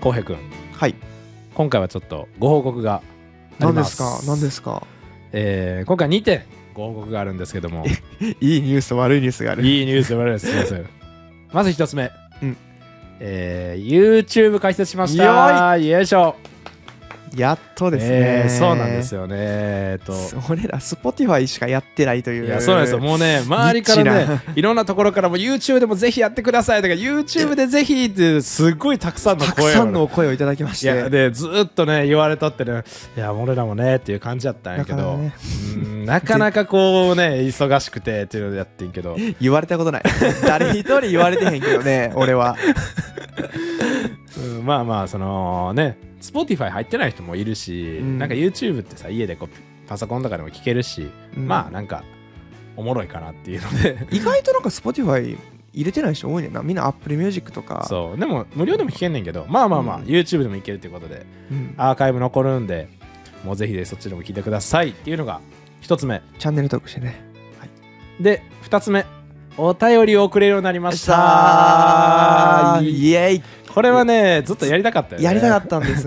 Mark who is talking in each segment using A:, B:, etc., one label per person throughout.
A: 浩平君
B: はい
A: 今回はちょっとご報告があり
B: 何
A: ま
B: です
A: す
B: か何ですか
A: えー今回2点ご報告があるんですけども
B: いいニュースと悪いニュースがある
A: いいニュースで悪いですすいませんまず1つ目、
B: うん
A: えー YouTube 開設しまし
B: よ
A: たよいしょ
B: やっとです
A: え
B: ね
A: ーそうなんです
B: よ
A: よねえーっと
B: 俺ら Spotify しかやってないという
A: い
B: い
A: やそうなんですよもうね周りから
B: ニッ
A: ね いろんなところからも YouTube でもぜひやってくださいとか YouTube でぜひってすっごいたくさんの
B: たく
A: 声
B: さ
A: を
B: んのお声をいただきまし
A: いや
B: て
A: でずーっとね言われたってねいや俺らもねっていう感じだったんやけ
B: なかな
A: ど
B: かね
A: うんなかなかこうね忙しくてっていうのでやってんけど
B: 言われたことない 誰一人言われてへんけ どね俺は
A: うんまあまあそのね Spotify 入ってない人もいるし、
B: うん
A: なんか YouTube ってさ家でこうパソコンとかでも聞けるし、
B: うん
A: まあなんかおもろいかなっていうので
B: 意外となんか Spotify 入れてない人多いねんなみんな Apple Music と か
A: そうでも無料でも聞けんねんけどまあまあまあ、
B: うん
A: YouTube でもいけるっていうことで
B: うん
A: アーカイブ残るんでもうぜひでそっちでも聞いてくださいっていうのが一つ目
B: チャンネル登録してね
A: で二つ目お便りを送れるようになりました
B: さあイエイ
A: これはねずっとやりたかったよね
B: やりたかったんです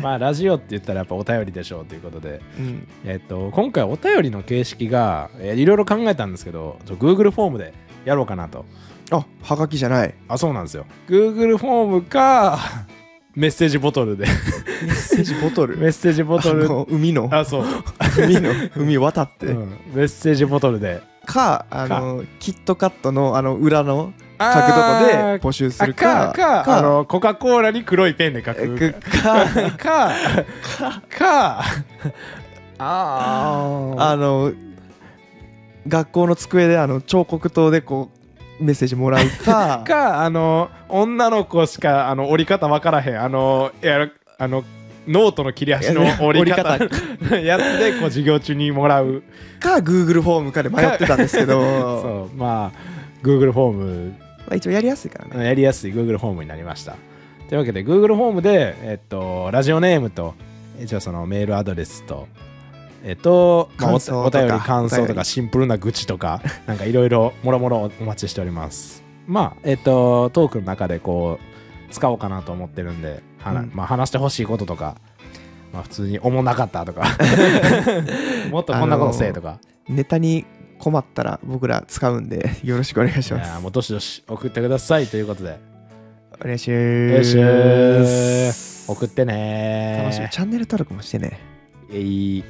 A: まあラジオって言ったらやっぱお便りでしょうということで
B: うん
A: えっと、今回お便りの形式が、えーいろいろ考えたんですけどちょ Google フォームでやろうかなと
B: あはがきじゃない
A: あそうなんですよ Google フォームか メッセージボトルで
B: メッセージボトル
A: メッセージ ボト
B: あ
A: ル
B: の海の
A: あそう、
B: 海の海渡って、
A: うんメッセージボトルで
B: かあのキットカットのあの裏の書くとこで募集す
A: あ
B: る
A: か
B: か
A: かあのコカ・コーラに黒いペンで書
B: え
A: く
B: くか
A: かかかあ
B: あの学校の机であの彫刻刀でこうメッセージもらうか
A: かあの女の子しかあの折り方わからへんあのやるあのノートの切れ端の折り方
B: 折 り
A: やつでこう授業中にもらう
B: か Google フォームかで迷ってたんですけど、
A: そうまあ Google フォー
B: まあ、一応やりやすいからね
A: ムやりやすい Google フォームになりましたというわけで Google フォームで、えっと、ラジオネームと一応そのメールアドレスとえっと、まあお
B: 感想とか
A: お便り感想
B: お
A: と
B: 便
A: か
B: り
A: シンプルな愚痴と かなんかいろいろもろもろお待ちしておりますまあえっとトークの中でこう使おうかなと思ってるんで、はな
B: うん
A: まあ、話してほしいこととか、まあ、普通に思んなかったと かもっとこんなことせえとか、
B: ネタに困ったら僕ら使う んでよろしくお願いしま
A: いやー
B: す
A: もうどしどし送ってくださいということで
B: お願いし
A: お願いしま
B: ます
A: す送ってねー
B: 楽しみチャンネル登録もしてね
A: えい